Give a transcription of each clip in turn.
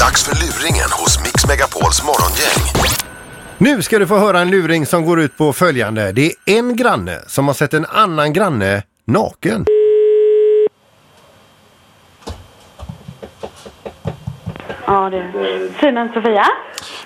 Dags för luringen hos Mix Megapols morgongäng. Nu ska du få höra en luring som går ut på följande. Det är en granne som har sett en annan granne naken. Ja, du. Synen Sofia.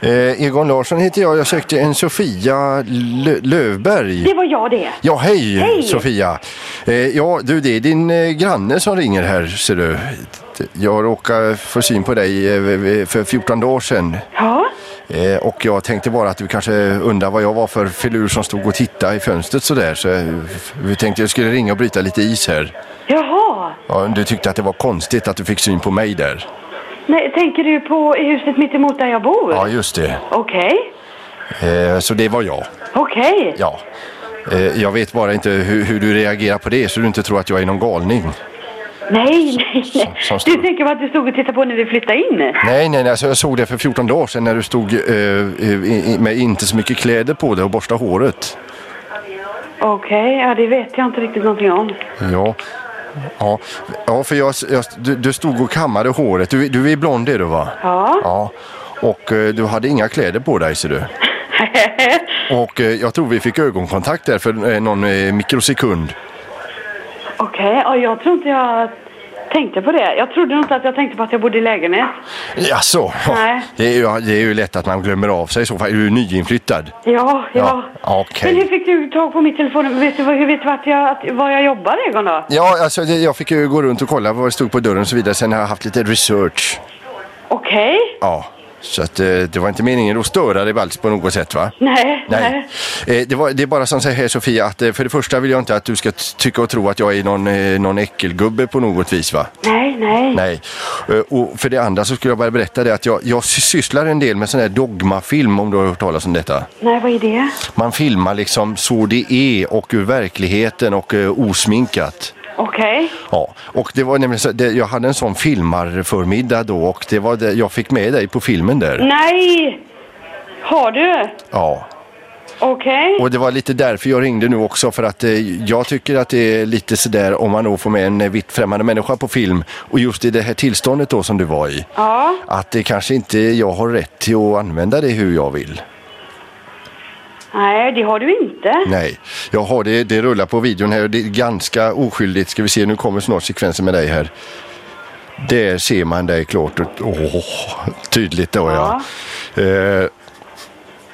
Eh, Egon Larsson heter jag. Jag sökte en Sofia Lö- Lövberg. Det var jag det. Ja, hej, Hej! Sofia. Eh, ja, du, det är din eh, granne som ringer här, ser du. Jag råkade få syn på dig eh, för 14 dagar sedan. Ja. Eh, och jag tänkte bara att du kanske undrar vad jag var för filur som stod och tittade i fönstret sådär. Så eh, vi tänkte jag skulle ringa och bryta lite is här. Jaha. Ja, du tyckte att det var konstigt att du fick syn på mig där. Nej, tänker du på huset mitt emot där jag bor? Ja, just det. Okej. Eh, så det var jag. Okej. Ja. Eh, Jag vet bara inte hur, hur du reagerar på det så du inte tror att jag är någon galning. Nej, nej, nej. Som- som Du stod- tänker på att du stod och tittade på när vi flyttade in? Nej, nej, nej. Alltså, jag såg det för 14 dagar sedan när du stod eh, i- i- med inte så mycket kläder på dig och borstade håret. Okej, ja det vet jag inte riktigt någonting om. Ja, ja. ja för jag, jag, du, du stod och kammade håret. Du, du är blond är du va? Ja. Ja. Och eh, du hade inga kläder på dig ser du. Och eh, jag tror vi fick ögonkontakt där för eh, någon eh, mikrosekund. Okej, ja jag tror inte jag tänkte på det. Jag trodde nog inte att jag tänkte på att jag bodde i lägenhet. Jaså? Nej. Det är, ju, det är ju lätt att man glömmer av sig i så fall. Är du nyinflyttad? Ja, ja. Ja, okej. Men hur fick du tag på mitt telefon? Vet du, vad- hur vet du att jag, att, var jag jobbar Egon då? Ja, alltså, det- jag fick ju gå runt och kolla vad det stod på dörren och så vidare. Sen har jag haft lite research. Okej. Ja, så att, eh, det var inte meningen att störa dig alls på något sätt va? Nej, nej. Eh, det, var, det är bara som säger här Sofia att eh, för det första vill jag inte att du ska t- tycka och tro att jag är någon, eh, någon äckelgubbe på något vis va? Nej, nej. Nej. Eh, och för det andra så skulle jag bara berätta det att jag, jag sy- sysslar en del med sån här dogmafilm om du har hört talas om detta. Nej, vad är det? Man filmar liksom så det är och ur verkligheten och eh, osminkat. Okej. Ja, och det var nämligen så, det, jag hade en sån filmarförmiddag då och det var det, jag fick med dig på filmen Mm. där. Nej! Har du? Ja, Okej. och det var lite därför jag ringde nu också för att eh, jag tycker att det är lite sådär om man då får med en eh, vitt främmande människa på film och just i det här tillståndet då som du var i. Ja. Att det kanske inte jag har rätt till att använda det hur jag vill. Nej, det har du inte. Nej, jag har det, det rullar på videon här och det är ganska oskyldigt. Ska vi se, nu kommer snart sekvensen med dig här. Där ser man dig klart och åh, tydligt då ja. Eh,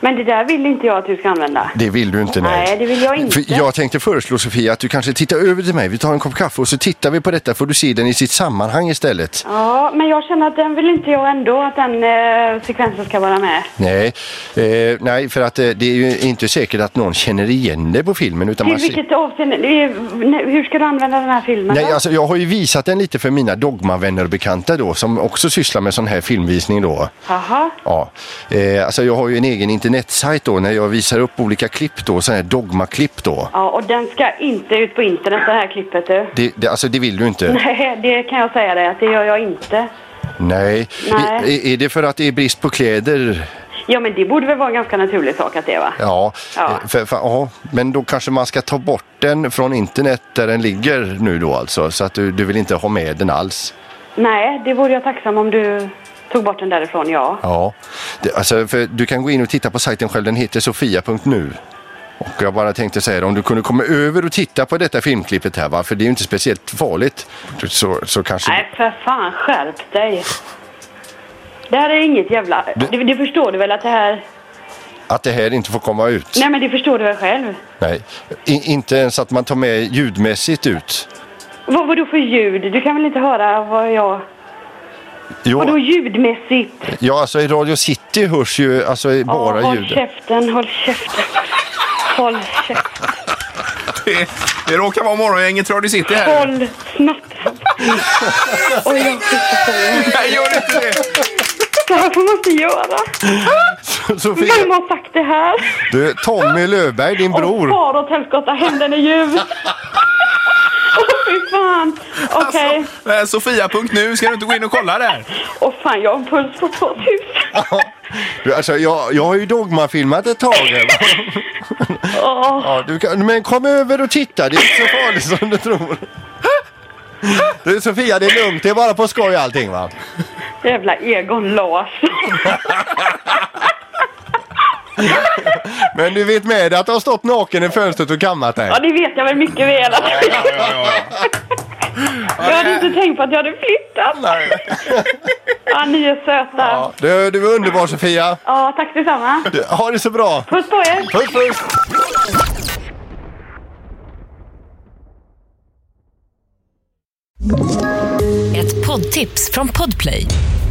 Men det där vill inte jag att du ska använda. det vill du inte nej. Nej, det vill jag inte. För jag tänkte föreslå Sofia att du kanske tittar över till mig. Vi tar en kopp kaffe och så tittar vi på detta får du se den i sitt sammanhang istället. Ja, men jag känner att den vill inte jag ändå att den eh, sekvensen ska vara med. Nej, eh, nej för att eh, det är ju inte säkert att någon känner igen dig på filmen. Utan Till man ser- vilket avseende? eh, ne- Hur ska du använda den här filmen? Nej, då? alltså jag har ju visat den lite för mina dogmavänner och bekanta då som också sysslar med sån här filmvisning då. Jaha. Ja, eh, alltså jag har ju en egen internetsajt då när jag visar upp olika klipp då, sådana här dogmaklipp då. Ja, och den ska inte ut på internet det här klippet du. Det, det, alltså det vill du inte? Nej, det kan jag säga dig att det gör jag inte. Nej. Nej. I- i- Är, det för att det är brist på kläder? Ja, men det borde väl vara en ganska naturlig sak att det är, va? Ja. Ja. Eh, För, för, ja, men då kanske man ska ta bort den från internet där den ligger nu då alltså så att du, du vill inte ha med den alls? Nej, det vore jag tacksam om du tog bort den därifrån, ja. Ja, det, alltså, för du kan gå in och titta på sajten själv. Den heter sofia.nu. Och jag bara tänkte säga det, om du kunde komma över och titta på detta filmklippet här, va? för det är ju inte speciellt farligt. Så, så kanske... Nej, för fan, skärp dig. Det här är inget jävla... Du- Det, det förstår du väl att det här... Att det här inte får komma ut. Nej, men det förstår du väl själv? Nej. I, inte ens att man tar med ljudmässigt ut. Vad var du för ljud? Du kan väl inte höra vad jag... Jo, Vadå ljudmässigt? ja, alltså i Radio City hörs ju alltså, bara Ja, håll ljud. käften, håll käften. Håll käften. Det, det råkar vara morgongänget Radio City här. Håll snattan. Oj, jag fick det. Nej, gör inte det! Det här får man inte göra. Vem Sofia, har sagt det här? du, Tommy Löfberg, din Åh, bror. far åt helskotta, hämnden är ljuv. Åh fy fan. Okej. Alltså, eh, Sofia.nu, ska du inte gå in och kolla där? Åh fan, jag har en puls på 2000. Du, Alltså, jag, jag har ju dogmafilmat ett tag. här, va? Åh, Ja, du kan, men kom över och titta, det är inte så farligt som du tror. Du Sofia, det är lugnt, det är bara på skoj allting va? Jävla Egon Lars. Men du vet med dig att du har stått naken i fönstret och kammat dig? Ja, det vet jag väl mycket väl. Att... Jag hade inte tänkt på att jag hade flyttat. Ja, ni är söta. Du, du är underbar Sofia. Ja, tack detsamma. Du, Ha det så bra. Puss på er. Puss puss. Ett poddtips från Podplay.